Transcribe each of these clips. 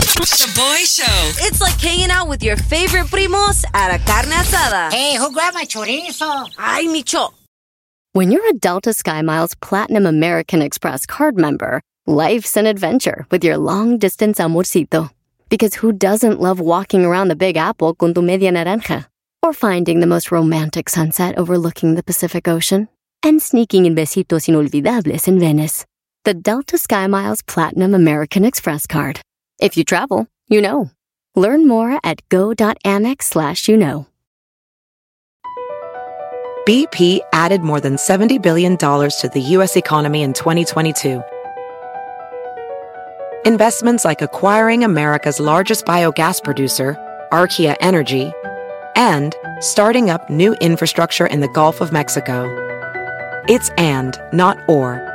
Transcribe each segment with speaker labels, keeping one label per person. Speaker 1: The Boy Show.
Speaker 2: It's like hanging out with your favorite primos at a carne asada.
Speaker 3: Hey, who grabbed my chorizo?
Speaker 2: Ay, Micho.
Speaker 4: When you're a Delta SkyMiles Platinum American Express card member, life's an adventure with your long distance amorcito. Because who doesn't love walking around the Big Apple con tu media naranja? Or finding the most romantic sunset overlooking the Pacific Ocean? And sneaking in besitos inolvidables in Venice. The Delta SkyMiles Platinum American Express card. If you travel, you know. Learn more at go.amex slash you know.
Speaker 5: BP added more than $70 billion to the U.S. economy in 2022. Investments like acquiring America's largest biogas producer, Archaea Energy, and starting up new infrastructure in the Gulf of Mexico. It's and, not or.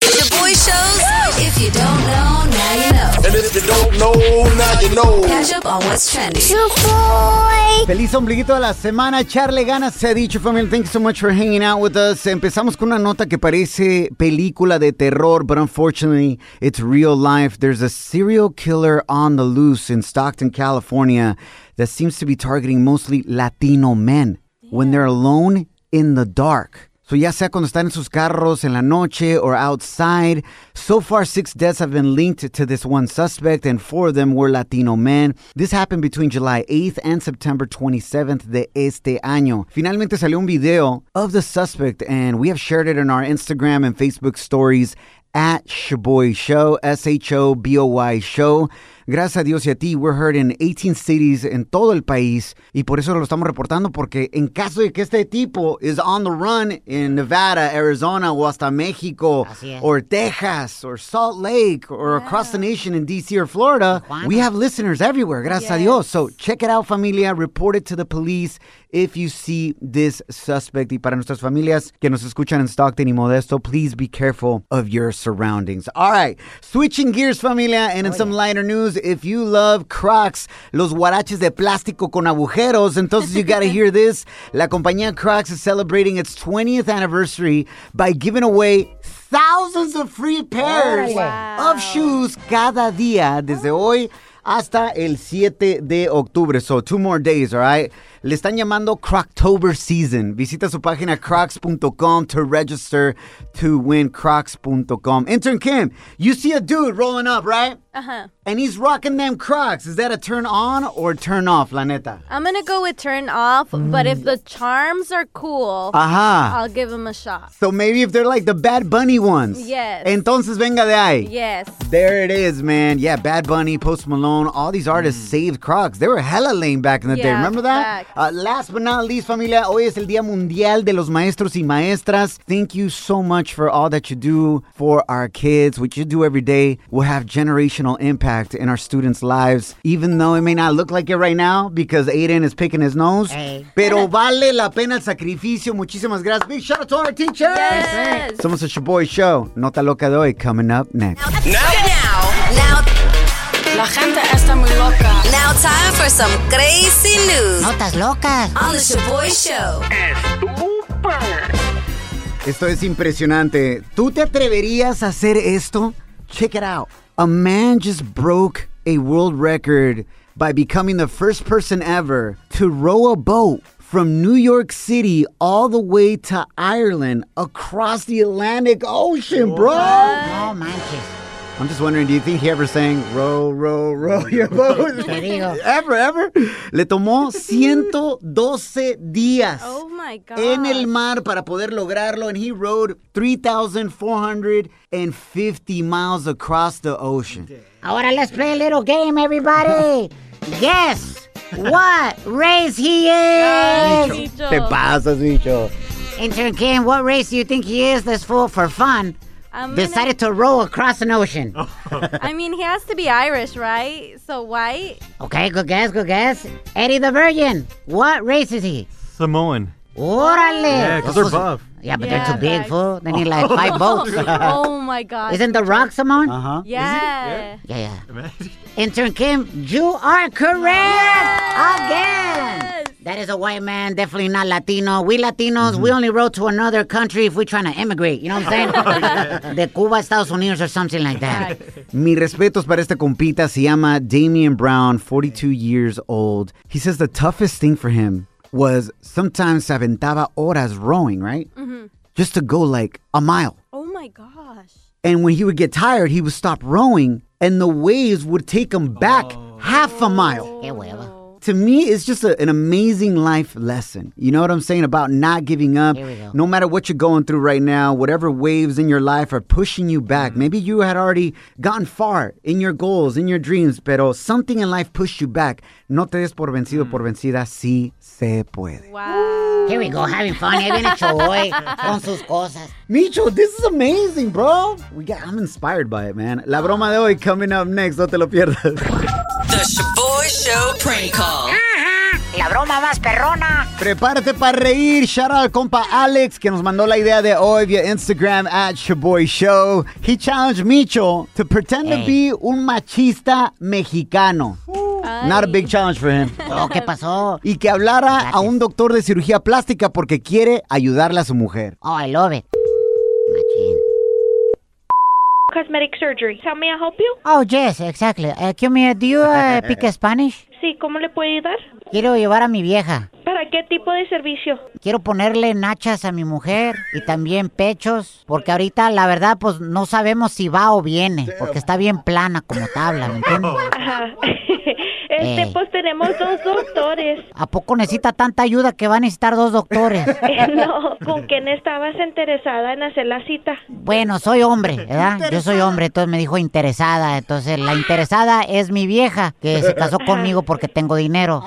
Speaker 2: The Boy Shows. If you don't know, now you know.
Speaker 6: And if you don't know, now you know.
Speaker 2: Catch up on what's trending.
Speaker 7: Feliz ombliguito de la semana, Charle ganas se ha dicho, familia. Thank you so much for hanging out with us. Empezamos con una nota que parece película de terror, but unfortunately, it's real life. There's a serial killer on the loose in Stockton, California, that seems to be targeting mostly Latino men when they're alone in the dark. So ya sea cuando están en sus carros en la noche or outside. So far, six deaths have been linked to this one suspect, and four of them were Latino men. This happened between July 8th and September 27th de este año. Finalmente salió un video of the suspect, and we have shared it in our Instagram and Facebook stories at Shaboy Show, S H O B O Y Show. Gracias a Dios y a ti, we're heard in 18 cities en todo el país y por eso lo estamos reportando porque en caso de que este tipo is on the run in Nevada, Arizona o hasta México
Speaker 3: Así es.
Speaker 7: or Texas or Salt Lake or across the nation in DC or Florida,
Speaker 3: Tijuana.
Speaker 7: we have listeners everywhere. Gracias a Dios. So check it out, familia. Report it to the police if you see this suspect. Y para nuestras familias que nos escuchan en Stockton y Modesto, please be careful of your surroundings. All right, switching gears, familia, and in
Speaker 3: Oh,
Speaker 7: some lighter news, if you love Crocs, los guaraches de plástico con agujeros, entonces you gotta hear this. La compañía Crocs is celebrating its 20th anniversary by giving away thousands of free pairs of shoes cada día desde hoy hasta el 7 de octubre. So, two more days, all right? Le están llamando Croctober Season. Visita su página crocs.com to register to win crocs.com. Intern Kim, you see a dude rolling up, right? Uh-huh. And he's rocking them Crocs. Is that a turn on or turn off, la neta?
Speaker 8: Um,
Speaker 9: I'm gonna go with turn off, but if the charms are cool,
Speaker 7: Ajá.
Speaker 9: I'll give him a shot.
Speaker 7: So maybe if they're like the Bad Bunny ones.
Speaker 9: Yes.
Speaker 7: Entonces venga de ahí.
Speaker 9: Yes.
Speaker 7: There it is, man. Yeah, Bad Bunny, Post Malone, all these artists saved Crocs. They were hella lame back in the day.
Speaker 9: Yeah,
Speaker 7: Remember that?
Speaker 9: facts.
Speaker 7: Uh, last but not least, familia, hoy es el Día Mundial de los Maestros y Maestras. Thank you so much for all that you do for our kids. What you do every day will have generational impact in our students' lives, even though it may not look like it right now because Aiden is picking his nose.
Speaker 3: Hey.
Speaker 7: Pero vale la pena el sacrificio. Muchísimas gracias. Big shout out to our teachers.
Speaker 9: Yes.
Speaker 7: Somos a Shaboy Show. Nota loca de hoy coming up next.
Speaker 2: Now,
Speaker 1: La gente está muy loca.
Speaker 2: now time for some crazy news
Speaker 3: Notas locas.
Speaker 2: on the Shaboy Show.
Speaker 7: Esto es impresionante. ¿Tú te atreverías a hacer esto? Check it out. A man just broke a world record by becoming the first person ever to row a boat from New York City all the way to Ireland across the Atlantic Ocean, bro.
Speaker 3: No manches.
Speaker 7: I'm just wondering, do you think he ever sang "Row, row, row your boat"?
Speaker 3: Te digo.
Speaker 7: ever, ever. Le tomó 112 días.
Speaker 9: Oh my god.
Speaker 7: en el mar para poder lograrlo. And he rode 3,450 miles across the ocean.
Speaker 3: Ahora let's play a little game, everybody. Guess what race he is.
Speaker 9: Nicho.
Speaker 8: Oh.
Speaker 7: Te pasas, bicho.
Speaker 3: Intern Kim, what race do you think he is? This fool for fun
Speaker 9: I'm gonna-
Speaker 3: decided to row across an ocean.
Speaker 10: Oh.
Speaker 9: I mean, he has to be Irish, right? So white.
Speaker 3: Okay, good guess, good guess. Eddie the Virgin, what race is he?
Speaker 10: Samoan.
Speaker 3: Órale.
Speaker 10: Yeah, because they're buff.
Speaker 3: Yeah, but
Speaker 9: Yeah,
Speaker 3: they're too big,
Speaker 9: facts.
Speaker 3: fool. They need like five boats.
Speaker 9: oh my god.
Speaker 3: Isn't the rock Simone? Uh-huh.
Speaker 9: Yeah.
Speaker 3: Yeah, yeah. Intern Kim, you are correct again. is a white man, definitely not Latino. We Latinos, we only road to another country if we're trying to immigrate. You know what I'm saying? De Cuba, Estados Unidos, or something like that.
Speaker 7: Mis respetos para este compita. Se llama Damian Brown, 42 years old. He says the toughest thing for him was sometimes se aventaba horas rowing, right? Just to go like a mile.
Speaker 9: Oh my gosh.
Speaker 7: And when he would get tired, he would stop rowing and the waves would take him back half a mile.
Speaker 3: Qué hueva.
Speaker 7: To me, it's just a, an amazing life lesson. You know what I'm saying about not giving up.
Speaker 3: we go.
Speaker 7: No matter what you're going through right now, whatever waves in your life are pushing you back.
Speaker 3: Mm-hmm.
Speaker 7: Maybe you had already gotten far in your goals, in your dreams, pero something in life pushed you back. No te des por vencido,
Speaker 3: Mm.
Speaker 7: por vencida, sí se puede.
Speaker 9: Wow.
Speaker 3: Here we go, having fun. Ahí viene Choboy con sus cosas.
Speaker 7: Micho, this is amazing, bro. We got, I'm inspired by it, man. La broma de hoy coming up next. No te lo pierdas.
Speaker 1: The Shaboy Show prank call.
Speaker 3: La broma más perrona.
Speaker 7: Prepárate para reír. Shout out al compa Alex que nos mandó la idea de hoy via Instagram at Shaboy Show. He challenged Micho to pretend to be un machista mexicano. Not a big challenge for him.
Speaker 3: Oh, ¿qué pasó?
Speaker 7: Y que hablara a un doctor de cirugía plástica porque quiere ayudarle a su mujer.
Speaker 3: Oh, I love it. Machín.
Speaker 10: Cosmetic surgery. How may I help you?
Speaker 3: Oh, yes, exactly. Uh, excuse me, do you uh, speak Spanish?
Speaker 10: Sí, ¿cómo le puedo ayudar?
Speaker 3: Quiero llevar a mi vieja.
Speaker 10: ¿Para qué tipo de servicio?
Speaker 3: Quiero ponerle nachas a mi mujer y también pechos, porque ahorita la verdad pues no sabemos si va o viene, porque está bien plana como tabla, ¿me entiendes?
Speaker 10: Ajá. Este,
Speaker 3: Ey.
Speaker 10: pues tenemos dos doctores.
Speaker 3: ¿A poco necesita tanta ayuda que va a necesitar dos doctores?
Speaker 10: Eh, No, ¿con quién estabas interesada en hacer la cita?
Speaker 3: Bueno, soy hombre, ¿verdad? Yo soy hombre, entonces me dijo interesada. Entonces, la interesada es mi vieja, que se casó conmigo porque tengo dinero.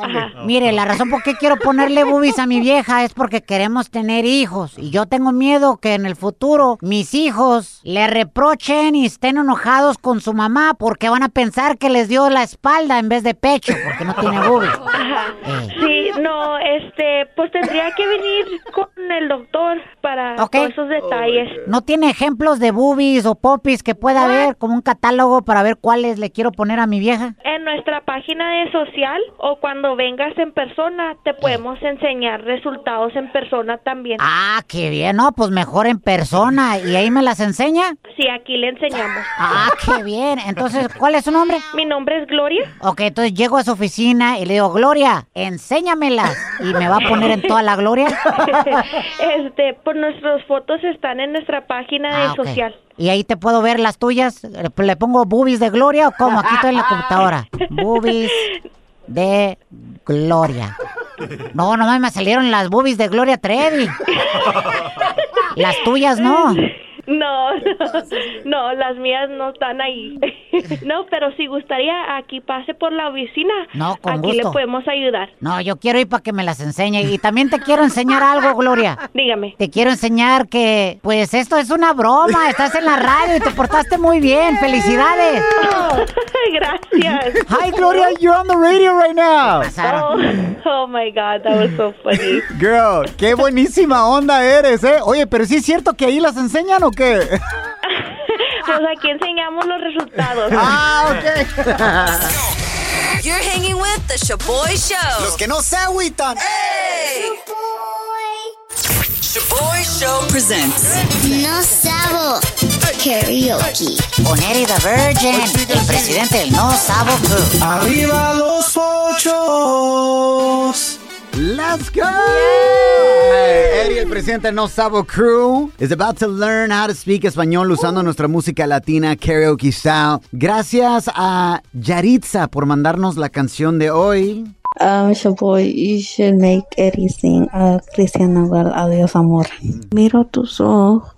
Speaker 3: Mire, la razón por qué quiero ponerle boobies a mi vieja es porque queremos tener hijos. Y yo tengo miedo que en el futuro mis hijos le reprochen y estén enojados con su mamá porque van a pensar que les dio la espalda en vez de pecho, porque no tiene boobies. Eh,
Speaker 10: Sí, no, este, pues tendría que venir con el doctor para
Speaker 3: Ok.
Speaker 10: todos esos detalles.
Speaker 3: ¿No tiene ejemplos de boobies o popis que pueda haber como un catálogo para ver cuáles le quiero poner a mi vieja?
Speaker 10: En nuestra página de social o cuando vengas en persona te podemos enseñar resultados en persona también.
Speaker 3: Ah, qué bien. No, pues mejor en persona. ¿Y ahí me las enseña?
Speaker 10: Sí, aquí le enseñamos.
Speaker 3: Ah, qué bien. Entonces, ¿cuál es su nombre?
Speaker 10: Mi nombre es Gloria.
Speaker 3: Ok, entonces llego a su oficina y le digo, Gloria, enséñamelas. ¿Y me va a poner en toda la gloria?
Speaker 10: este, por nuestras fotos están en nuestra página de
Speaker 3: Ah, ok.
Speaker 10: social.
Speaker 3: ¿Y ahí te puedo ver las tuyas? ¿Le le pongo boobies de Gloria o cómo? Aquí estoy en la computadora. Boobies de Gloria. No, nomás me salieron las boobies de Gloria Trevi. Las tuyas no.
Speaker 10: No, no, no, las mías no están ahí. no, pero si gustaría, aquí pase por la oficina.
Speaker 3: No, con
Speaker 10: aquí
Speaker 3: gusto.
Speaker 10: le podemos ayudar.
Speaker 3: No, yo quiero ir para que me las enseñe. Y también te quiero enseñar algo, Gloria.
Speaker 10: Dígame.
Speaker 3: Te quiero enseñar que, pues esto es una broma, estás en la radio y te portaste muy bien, felicidades.
Speaker 10: Gracias.
Speaker 7: Hi, Gloria, you're on the radio right now.
Speaker 3: Pasaron.
Speaker 10: Oh, oh my God, that was so funny.
Speaker 7: Girl, qué buenísima onda eres, ¿eh? Oye, pero sí es cierto que ahí las enseñan o qué?
Speaker 10: Pues aquí enseñamos los resultados.
Speaker 7: Ah, ok.
Speaker 2: You're hanging with the Shaboy Show.
Speaker 7: que no se agüitan.
Speaker 1: Shaboy Show presents
Speaker 11: No sabo. Karaoke.
Speaker 3: Con Eddie the Virgin, el presidente del No Sabo Club.
Speaker 6: Arriba los ochos.
Speaker 7: Let's go! Hey, Eddie, el presidente No Sabo Crew, is about to learn how to speak español usando nuestra música latina karaoke style. Gracias a Yaritza por mandarnos la canción de hoy.
Speaker 11: Um, Shaboy, you should make everything a Cristian Nodal. Adiós, amor.
Speaker 12: Mm.
Speaker 11: Miro tus ojos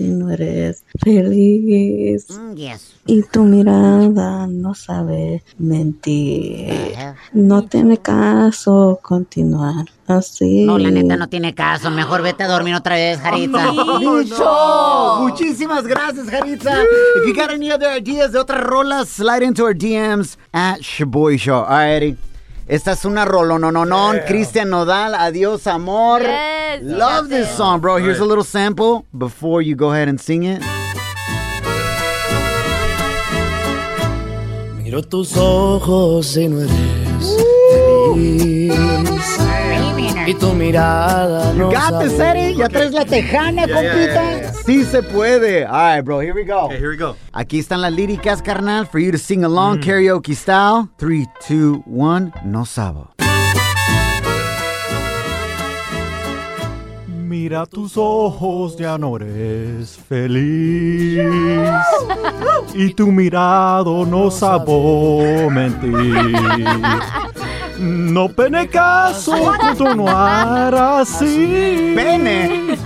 Speaker 11: y no eres feliz.
Speaker 3: Mm, yes.
Speaker 11: Y tu mirada no sabe mentir.
Speaker 3: Eh,
Speaker 11: No tiene caso continuar así.
Speaker 3: No, la neta no tiene caso, mejor vete a dormir otra vez, Jarita.
Speaker 7: ¡Mucho! Muchísimas gracias, Jaritza. If you got any other ideas de otras rolas, slide into our DMs at Shaboy Show. All right, Eddie. Esta es una rolonononon. Cristian Nodal, adiós, amor.
Speaker 9: Yes,
Speaker 7: Love this song, bro. Here's a little sample before you go ahead and sing it.
Speaker 13: Miro tus ojos y no eres feliz. Y tu mirada
Speaker 7: You
Speaker 13: no
Speaker 7: got this,
Speaker 13: sabe-
Speaker 7: Eddie. Ya traes la tejana,
Speaker 13: Ya, ya,
Speaker 7: compita.
Speaker 13: ya, ya, ya.
Speaker 7: Sí se puede. All right, bro, here we go.
Speaker 8: Okay, here we go. Mm.
Speaker 7: Aquí están las líricas, carnal, for you to sing along karaoke style. 3, 2, 1, no sabo.
Speaker 12: Mira tus ojos, ya no eres feliz. Y tu mirado no sabo mentir. No pene caso, tú no harás así.
Speaker 7: Pene.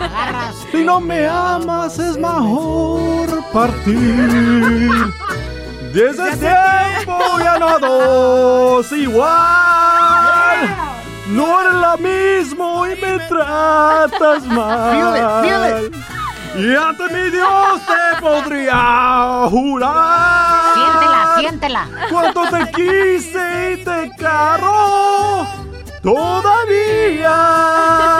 Speaker 12: Si no me amas, es mejor partir. Desde ese tiempo ya nada es igual. No eres la mismo y me tratas mal.
Speaker 7: Feel it,
Speaker 12: Y ante mi Dios te podría jurar.
Speaker 3: Siéntela, siéntela.
Speaker 12: Cuando te quise y te carro todavía.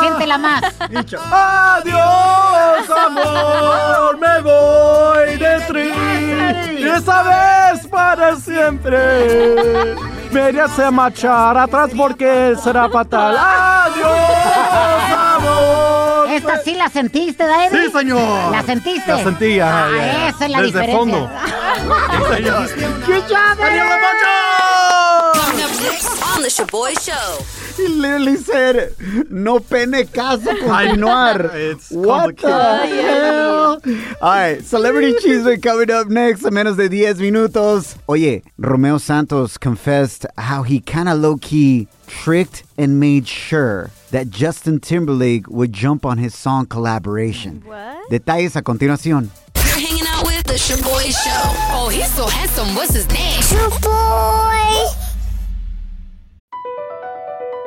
Speaker 3: Siéntela más, siéntela más.
Speaker 12: Adiós, amor, me voy de ti. Y esa vez para siempre. Me haría se marchar atrás porque será fatal. Adiós, amor.
Speaker 3: Esta sí la sentiste, David.
Speaker 12: Sí, señor.
Speaker 3: La sentiste.
Speaker 12: La sentí, ajá,
Speaker 3: Ah,
Speaker 12: ya.
Speaker 3: Esa es la
Speaker 12: Desde
Speaker 3: diferencia.
Speaker 12: fondo. Sí, señor.
Speaker 3: Good job,
Speaker 2: Coming up next on the Shaboy Show.
Speaker 7: He literally said, no pene caso continuar.
Speaker 12: It's
Speaker 7: what the
Speaker 2: complicated.
Speaker 7: hell? All right, Celebrity Cheeseman coming up next a menos de 10 minutos. Oye, Romeo Santos confessed how he kind of low-key tricked and made sure that Justin Timberlake would jump on his song collaboration. What? Detalles a continuación.
Speaker 2: You're hanging out with the Shaboy Show. Oh, he's so handsome. What's his name? Shaboy.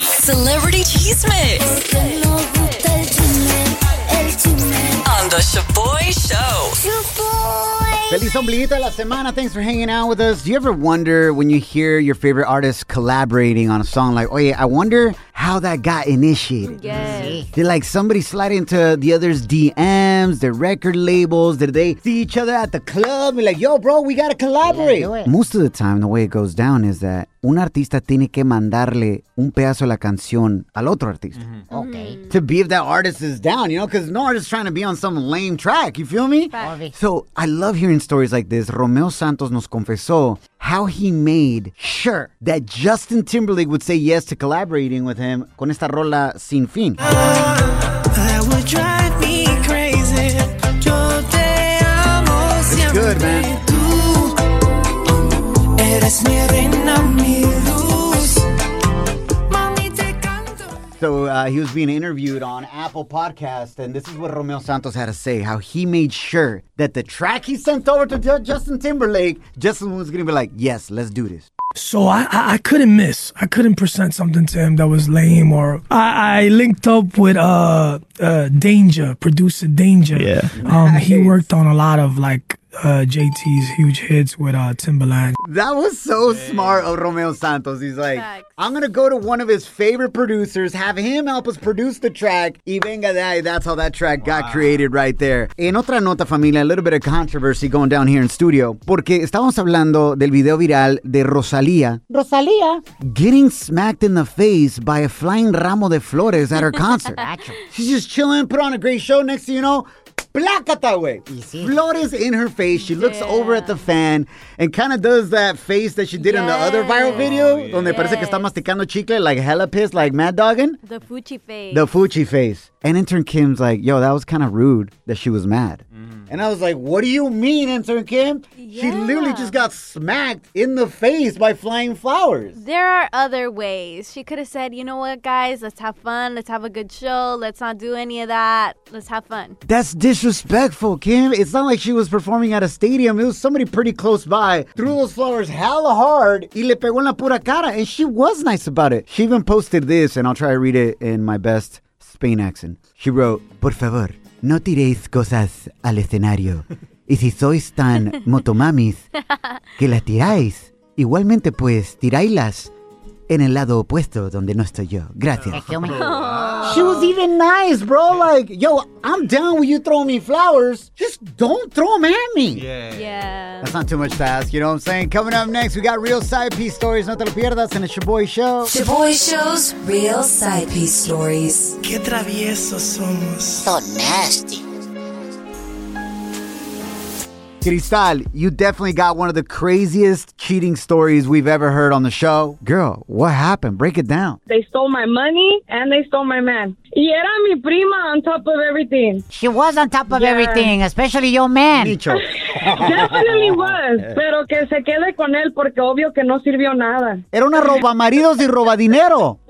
Speaker 1: Celebrity Cheeseman. On the Shaboy Show.
Speaker 7: Feliz ombliguito de la semana. Thanks for hanging out with us. Do you ever wonder when you hear your favorite artist collaborating on a song like, oh yeah, I wonder how that got initiated?
Speaker 9: Yes.
Speaker 7: Did like somebody slide into the other's DMs, their record labels? Did they see each other at the club? Be like, yo, bro, we gotta collaborate.
Speaker 3: do it.
Speaker 7: Most of the time, the way it goes down is that un artista tiene que mandarle un pedazo de la canción al otro artista.
Speaker 3: Okay.
Speaker 7: To be if that artist is down, you know, because no artist is trying to be on some lame track. You feel me? So I love hearing stories like this. Romeo Santos nos confesó how he made sure that Justin Timberlake would say yes to collaborating with him con esta rola sin fin.
Speaker 13: Uh, That would drive me crazy. Yo te amo siempre.
Speaker 7: good, man.
Speaker 13: Tú eres mi reina, mi luz. Mami, te
Speaker 7: So uh, he was being interviewed on Apple Podcast, and this is what Romeo Santos had to say: how he made sure that the track he sent over to Ju- Justin Timberlake, Justin was gonna be like, "Yes, let's do this."
Speaker 14: So I, I I couldn't miss. I couldn't present something to him that was lame or I, I linked up with uh uh Danger, producer Danger. Yeah. Um he worked on a lot of like uh JT's huge hits with uh Timbaland.
Speaker 7: That was so smart of Romeo Santos. He's like, I'm gonna go to one of his favorite producers, have him help us produce the track. Y venga de ahí. That's how that track got created right there. En otra nota, familia, a little bit of controversy going down here in studio. Porque estábamos hablando del video viral de Rosalía
Speaker 3: Rosalía.
Speaker 7: getting smacked in the face by a flying ramo de flores at her concert. She's just chilling, put on a great show. Next thing you know, Placata, güey. Flores in her face. She looks over at the fan and kind of does that face that she did in the other viral video, donde parece que está masticando chicle, like hella pissed, like mad dogging.
Speaker 9: The Fuchi face.
Speaker 7: The Fuchi face. And intern Kim's like, yo, that was kind of rude that she was mad. And I was like, what do you mean, intern Kim? She literally just got smacked in the face by flying flowers.
Speaker 9: There are other ways. She could have said, you know what, guys, let's have fun. Let's have a good show. Let's not do any of that. Let's have fun.
Speaker 7: That's disrespectful, Kim. It's not like she was performing at a stadium. It was somebody pretty close by. Threw those flowers hella hard y le pegó en la pura cara. And she was nice about it. She even posted this, and I'll try to read it in my best Spain accent. She wrote, Por favor, no tiréis cosas al escenario. Y si sois tan motomamis que las tiráis, igualmente pues tiráislas en el lado opuesto donde no estoy yo. Gracias. She was even nice, bro. Like, yo, I'm down with you throwing me flowers. Just don't throw them at me.
Speaker 13: Yeah.
Speaker 9: Yeah.
Speaker 7: That's not too much to ask, you know what I'm saying? Coming up next, we got real side piece stories. No te lo pierdas, and it's your boy show.
Speaker 1: Shaboy Show's real side piece stories.
Speaker 13: Qué traviesos somos.
Speaker 1: So nasty.
Speaker 7: Cristal, you definitely got one of the craziest cheating stories we've ever heard on the show. Girl, what happened? Break it down.
Speaker 8: They stole my money and they stole my man. Y era mi prima on top of everything.
Speaker 3: She was on top of
Speaker 8: Yeah.
Speaker 3: everything, especially your man.
Speaker 8: Definitely was, pero que se quede con él porque obvio que no sirvió nada.
Speaker 7: Era una roba maridos y roba dinero.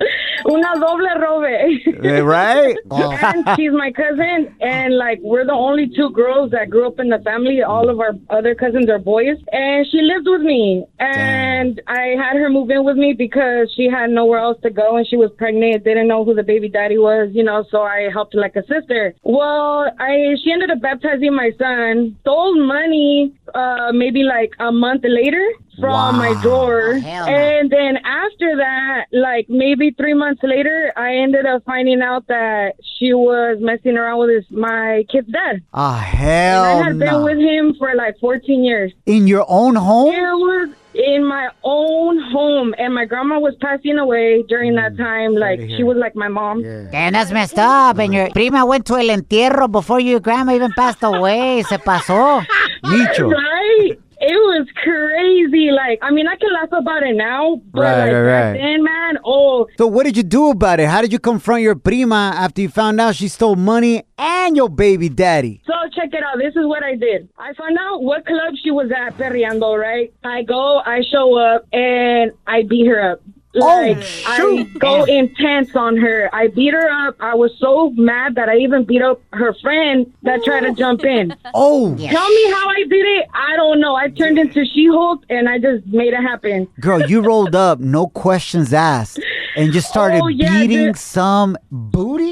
Speaker 8: Una doble robe.
Speaker 7: Eh, Right?
Speaker 8: and she's my cousin, and like we're the only two girls that grew up in the family. All of our other cousins are boys, and she lived with me. And I had her move in with me because she had nowhere else to go, and she was pregnant, didn't know who the baby daddy was, you know. So I helped like a sister. Well, I she ended up baptizing my son, stole money, uh, maybe like a month later from my drawer. And then after that, like maybe three months later, I ended up finding out that she was messing around with his, my kid's dad.
Speaker 7: Ah,
Speaker 8: And
Speaker 7: hell
Speaker 8: I had
Speaker 7: no.
Speaker 8: been with him for like 14 years.
Speaker 7: In your own home?
Speaker 8: It was in my own home. And my grandma was passing away during that
Speaker 7: Mm,
Speaker 8: time. Like, she was like my mom.
Speaker 3: Damn, that's messed up. And your prima went to el entierro before your grandma even passed away. Se pasó.
Speaker 8: Right? It was crazy. Like, I mean, I can laugh about it now, but
Speaker 7: Right,
Speaker 8: like
Speaker 7: right,
Speaker 8: back
Speaker 7: right.
Speaker 8: then, man, oh,
Speaker 7: So what did you do about it? How did you confront your prima after you found out she stole money and your baby daddy?
Speaker 8: So check it out. This is what I did. I found out what club she was at perreando, right? I go, I show up, and I beat her up.
Speaker 7: Oh,
Speaker 8: Like, I go intense on her. I beat her up. I was so mad that I even beat up her friend that tried to jump in.
Speaker 7: Oh.
Speaker 8: Tell me how I did it. I don't know. I turned into She-Hulk, and I just made it happen.
Speaker 7: Girl, you rolled up, no questions asked, and just started
Speaker 8: Oh, yeah,
Speaker 7: beating
Speaker 8: dude.
Speaker 7: some booty?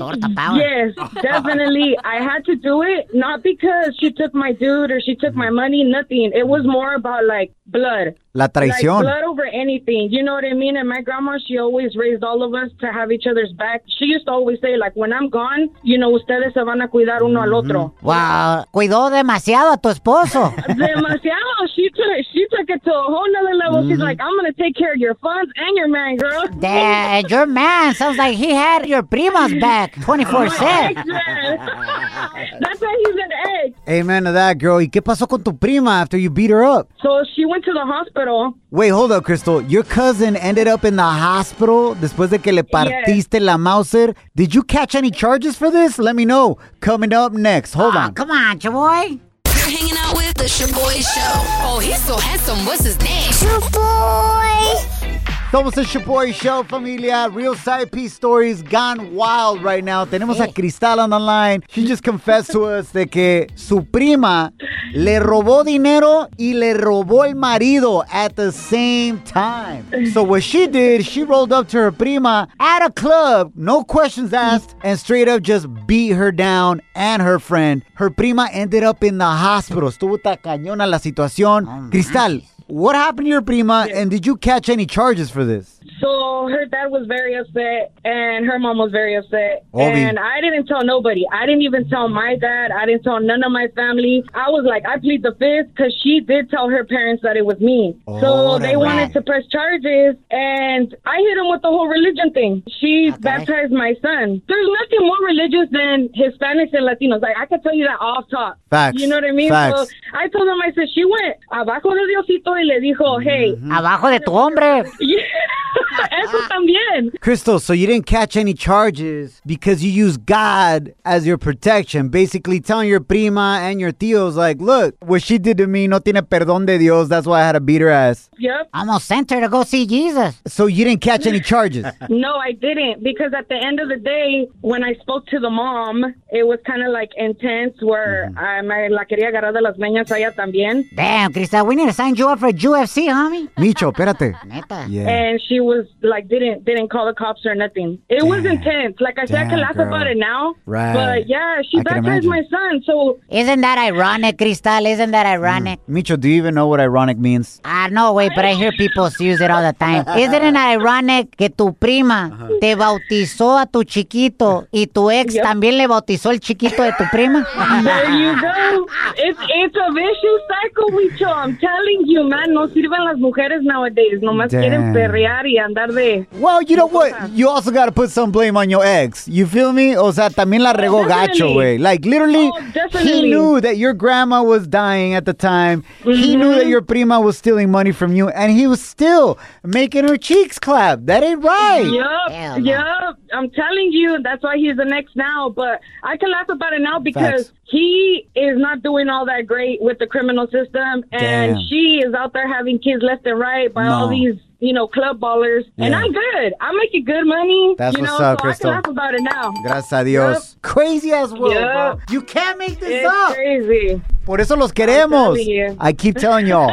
Speaker 8: Yes, definitely. I had to do it not because she took my dude or she took my money, nothing. It was more about like blood.
Speaker 7: La traición.
Speaker 8: Like blood over anything. You know what I mean? And my grandma, she always raised all of us to have each other's back. She used to always say, like, when I'm gone, you know, ustedes se van a cuidar uno al otro.
Speaker 3: Wow, Ah, cuidó demasiado a tu esposo.
Speaker 8: Demasiado. She took, she took it to a whole nother level. She's like, I'm going to take care of your funds and your man, girl.
Speaker 3: Dad, your man sounds like he had your prima's back 24 7.
Speaker 8: That's why he's an egg.
Speaker 7: Amen to that, girl. ¿Y qué pasó con tu prima after you beat her up?
Speaker 8: So she went to the hospital.
Speaker 7: Wait, hold up, Crystal. Your cousin ended up in the hospital después de que le partiste la Mauser. Did you catch any charges for this? Let me know. Coming up next. Hold
Speaker 3: Ah,
Speaker 7: on.
Speaker 3: Come on, Chaboy.
Speaker 2: You're hanging out with the Shaboy Show. Oh, he's so handsome. What's his name?
Speaker 7: Somos el Shaboy Show, familia. Real side piece stories gone wild right now. Tenemos a Cristal on the line. She just confessed to us de que su prima le robó dinero y le robó el marido at the same time. So what she did, she rolled up to her prima at a club, no questions asked, and straight up just beat her down and her friend. Her prima ended up in the hospital. Estuvo tacañona la situación. Cristal. What happened to your prima, and did you catch any charges for this?
Speaker 8: So her dad was very upset, and her mom was very upset.
Speaker 7: Obvi.
Speaker 8: And I didn't tell nobody. I didn't even tell my dad. I didn't tell none of my family. I was like, I plead the fifth because she did tell her parents that it was me.
Speaker 7: Oh,
Speaker 8: so they
Speaker 15: Órale.
Speaker 8: wanted to press charges, and I hit him with the whole religion thing. She baptized my son. There's nothing more religious than Hispanics and Latinos. Like I can tell you that off top.
Speaker 7: Facts.
Speaker 8: You know what I mean?
Speaker 7: Facts.
Speaker 8: So I told him, I said, she went abajo de Diosito y le dijo, hey.
Speaker 7: Mm-hmm.
Speaker 3: Abajo de tu hombre.
Speaker 8: Eso
Speaker 7: Ah.
Speaker 8: también.
Speaker 7: Crystal, so you didn't catch any charges because you used God as your protection, basically telling your prima and your tios, like, look, what she did to me no tiene perdón de Dios. That's why I had to beat her ass.
Speaker 8: Yep.
Speaker 3: Almost sent her to go see Jesus.
Speaker 7: So you didn't catch any charges.
Speaker 8: No, I didn't because at the end of the day, when I spoke to the mom, it was kind of like intense where
Speaker 7: Mm-hmm.
Speaker 8: I me la quería agarrar de las meñas a ella también.
Speaker 3: Damn, Cristal, we need to sign you up for UFC, homie.
Speaker 7: Micho, espérate.
Speaker 3: Neta.
Speaker 8: And she was like, didn't didn't call the cops or nothing. It was intense. Like I said, I
Speaker 3: Damn,
Speaker 8: can laugh
Speaker 3: girl.
Speaker 8: about it now.
Speaker 3: Right.
Speaker 8: But yeah, she
Speaker 7: I can
Speaker 8: baptized
Speaker 7: imagine.
Speaker 8: my son. So
Speaker 3: Isn't that ironic, Cristal? Isn't that ironic?
Speaker 7: Micho, do you even know what ironic means?
Speaker 3: Ah, no, güey, but I hear people use it all the time. Isn't it ironic que tu prima te bautizó a tu chiquito y tu ex también le bautizó el chiquito de tu prima?
Speaker 8: there you go. It's it's a vicious cycle, Wicho. I'm telling you, man. No sirven las mujeres nowadays. Nomás
Speaker 7: Damn.
Speaker 8: quieren perrear y andar de.
Speaker 7: Well, you know what? You also got to put some blame on your ex. You feel me? O sea, también la regó gacho,
Speaker 8: Oh, definitely. Oh,
Speaker 7: güey. Like, literally, he
Speaker 8: definitely.
Speaker 7: knew that your grandma was dying at the time. He knew
Speaker 8: Mm-hmm.
Speaker 7: that your prima was stealing money from you, and he was still making her cheeks clap. That ain't right.
Speaker 8: Yep, yep. I'm telling you, that's why he's the next now. But I can laugh about it now because
Speaker 7: Facts.
Speaker 8: he is not doing all that great with the criminal system, and
Speaker 7: Damn.
Speaker 8: she is out there having kids left and right by all
Speaker 7: No.
Speaker 8: these, you know, club ballers. And
Speaker 7: Yeah.
Speaker 8: I'm good. I'm making good money.
Speaker 7: That's
Speaker 8: you
Speaker 7: what's
Speaker 8: know,
Speaker 7: up,
Speaker 8: so
Speaker 7: Crystal.
Speaker 8: I can laugh about it now.
Speaker 7: Gracias a Dios. Crazy as world, bro. You can't make this
Speaker 8: it's
Speaker 7: up.
Speaker 8: Crazy.
Speaker 7: Por eso los queremos.
Speaker 8: telling you.
Speaker 7: I keep telling y'all,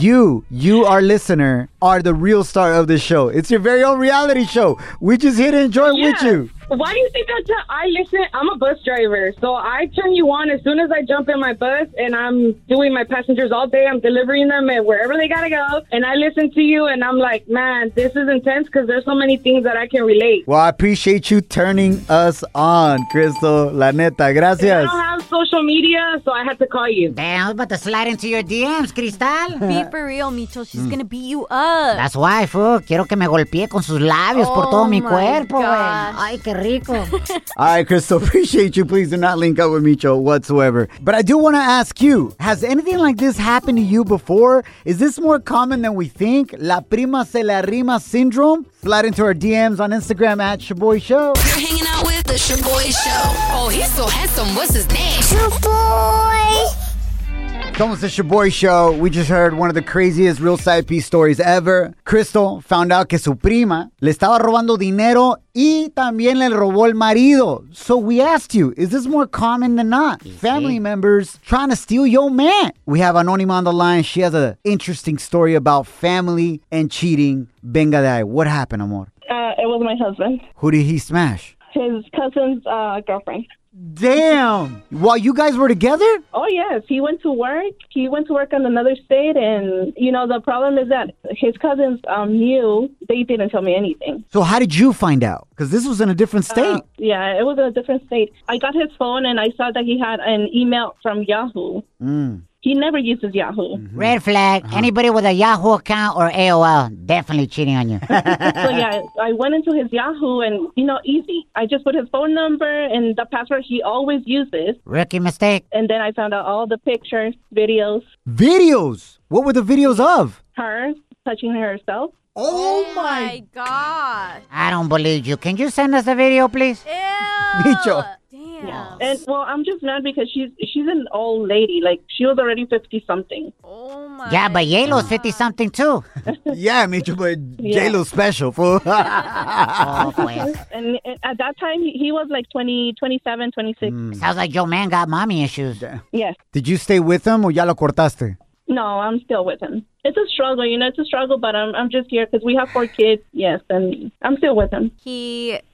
Speaker 7: you, you, our listener, are the real star of the show. It's your very own reality show. We just here to enjoy with you.
Speaker 8: Why do you think I tell? I listen. I'm a bus driver, so I turn you on as soon as I jump in my bus, and I'm doing my passengers all day. I'm delivering them at wherever they gotta go, and I listen to you, and I'm like, man, this is intense because there's so many things that I can relate.
Speaker 7: Well, I appreciate you turning us on, Crystal. La neta,
Speaker 8: And I
Speaker 7: gracias.
Speaker 8: don't have social media, so I had to call you.
Speaker 3: Damn, I was about to slide into your DMs, Cristal.
Speaker 9: Be for real, Micho. She's gonna beat you up.
Speaker 3: That's why, fool. Quiero que me golpee con sus labios por todo
Speaker 9: Oh
Speaker 3: mi
Speaker 9: my
Speaker 3: cuerpo, güey.
Speaker 9: gosh.
Speaker 3: Ay, qué rico.
Speaker 7: All right, Crystal, appreciate you. Please do not link up with Micho whatsoever. But I do want to ask you has anything like this happened to you before? Is this more common than we think? La prima se la rima syndrome? Slide into our DMs on Instagram at Shaboy Show.
Speaker 2: You're hanging out with the Shaboy Show. Oh, he's so handsome. What's his name?
Speaker 9: Oh
Speaker 2: Shaboy.
Speaker 7: Thomas, it's your boy show. We just heard one of the craziest real side piece stories ever. Crystal found out que su prima le estaba robando dinero y también le robó el marido. So we asked you, is this more common than not? Family members trying to steal your man. We have Anonima on the line. She has an interesting story about family and cheating. Venga de ahí. What happened, amor?
Speaker 15: Uh, it was my husband,
Speaker 7: Who did he smash?
Speaker 15: his cousin's uh, girlfriend.
Speaker 7: Damn. While you guys were together?
Speaker 15: Oh yes, he went to work. He went to work in another state, and you know the problem is that his cousins um, knew. They didn't tell me anything.
Speaker 7: So how did you find out? Because this was in a different state.
Speaker 15: Yeah, it was in a different state. I got his phone, and I saw that he had an email from Yahoo.
Speaker 7: Mm.
Speaker 15: He never uses Yahoo.
Speaker 3: Red flag. Anybody with a Yahoo account or AOL definitely cheating on you.
Speaker 15: so yeah, I went into his Yahoo, and you know, easy. I just put his phone number and the password he always uses,
Speaker 3: Rookie mistake.
Speaker 15: and then I found out all the pictures, videos,
Speaker 7: Videos. What were the videos of?
Speaker 15: her touching herself.
Speaker 7: Oh
Speaker 9: my god.
Speaker 3: I don't believe you. Can you send us a video, please? Bicho.
Speaker 15: Yeah. And well, I'm just mad because she's she's an old lady. Like she was already fifty something.
Speaker 9: Oh
Speaker 3: Yeah, but Yalo's 50 something too.
Speaker 7: yeah, Micho, but
Speaker 15: Yeah.
Speaker 7: J-Lo special, fool.
Speaker 9: Oh, pues.
Speaker 15: And, and at that time, he he was like 20, 27, 26.
Speaker 3: Sounds like your man got mommy issues.
Speaker 15: Yes.
Speaker 7: Did you stay with him or ya lo cortaste?
Speaker 15: No, I'm still with him. It's a struggle, you know. It's a struggle, but I'm I'm just here because we have four kids. Yes, and I'm still with him.
Speaker 9: He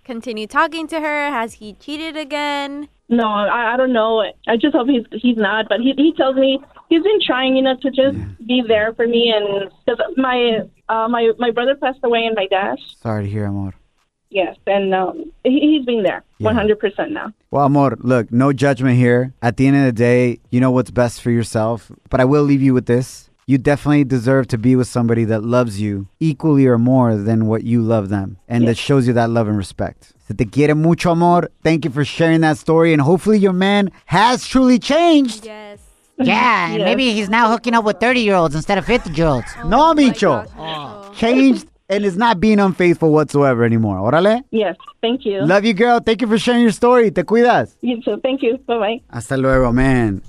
Speaker 9: continued talking to her. Has he cheated again?
Speaker 15: No, I, I don't know. I just hope he's he's not. But he he tells me he's been trying, you know, to just be there for me, and because my uh, my my brother passed away and my dad,
Speaker 7: Sorry to hear, amor.
Speaker 15: yes, and um, he, he's been there one hundred percent now.
Speaker 7: Well, amor, look, no judgment here. At the end of the day, you know what's best for yourself. But I will leave you with this. You definitely deserve to be with somebody that loves you equally or more than what you love them and that shows you that love and respect. Se te quiere mucho, amor. Thank you for sharing that story. And hopefully, your man has truly changed.
Speaker 9: Yes.
Speaker 3: Yeah, and maybe he's now hooking up with 30 year olds instead of 50 year olds.
Speaker 7: No, Micho.
Speaker 9: Oh.
Speaker 7: Changed and is not being unfaithful whatsoever anymore. Órale?
Speaker 15: Yes, thank you.
Speaker 7: Love you, girl. Thank you for sharing your story. Te cuidas.
Speaker 15: You too. Thank you. Bye bye.
Speaker 7: Hasta luego, man.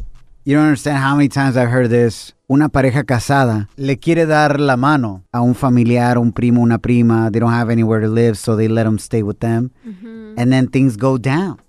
Speaker 7: You don't understand how many times I've heard this. Una pareja casada le quiere dar la mano a un familiar, un primo, una prima. They don't have anywhere to live, so they let them stay with them. And then things go down.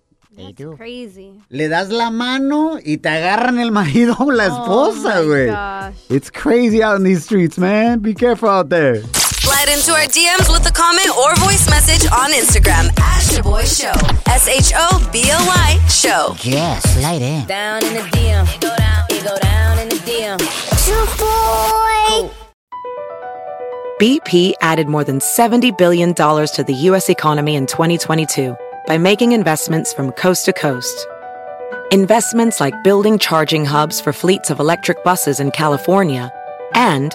Speaker 9: Crazy.
Speaker 7: Le das la mano y te agarran el marido o la
Speaker 2: Oh
Speaker 7: esposa, güey.
Speaker 9: Oh gosh.
Speaker 7: It's crazy out in these streets, man. Be careful out there.
Speaker 2: Slide into our DMs with a comment or voice message on Instagram at Shaboy Show. S H O B O Y Show.
Speaker 3: Yeah, slide in.
Speaker 2: Down in the DM. It go down. It go down in the DM.
Speaker 5: BP added more than $70 billion to the U.S. economy in 2022 by making investments from coast to coast. Investments like building charging hubs for fleets of electric buses in California and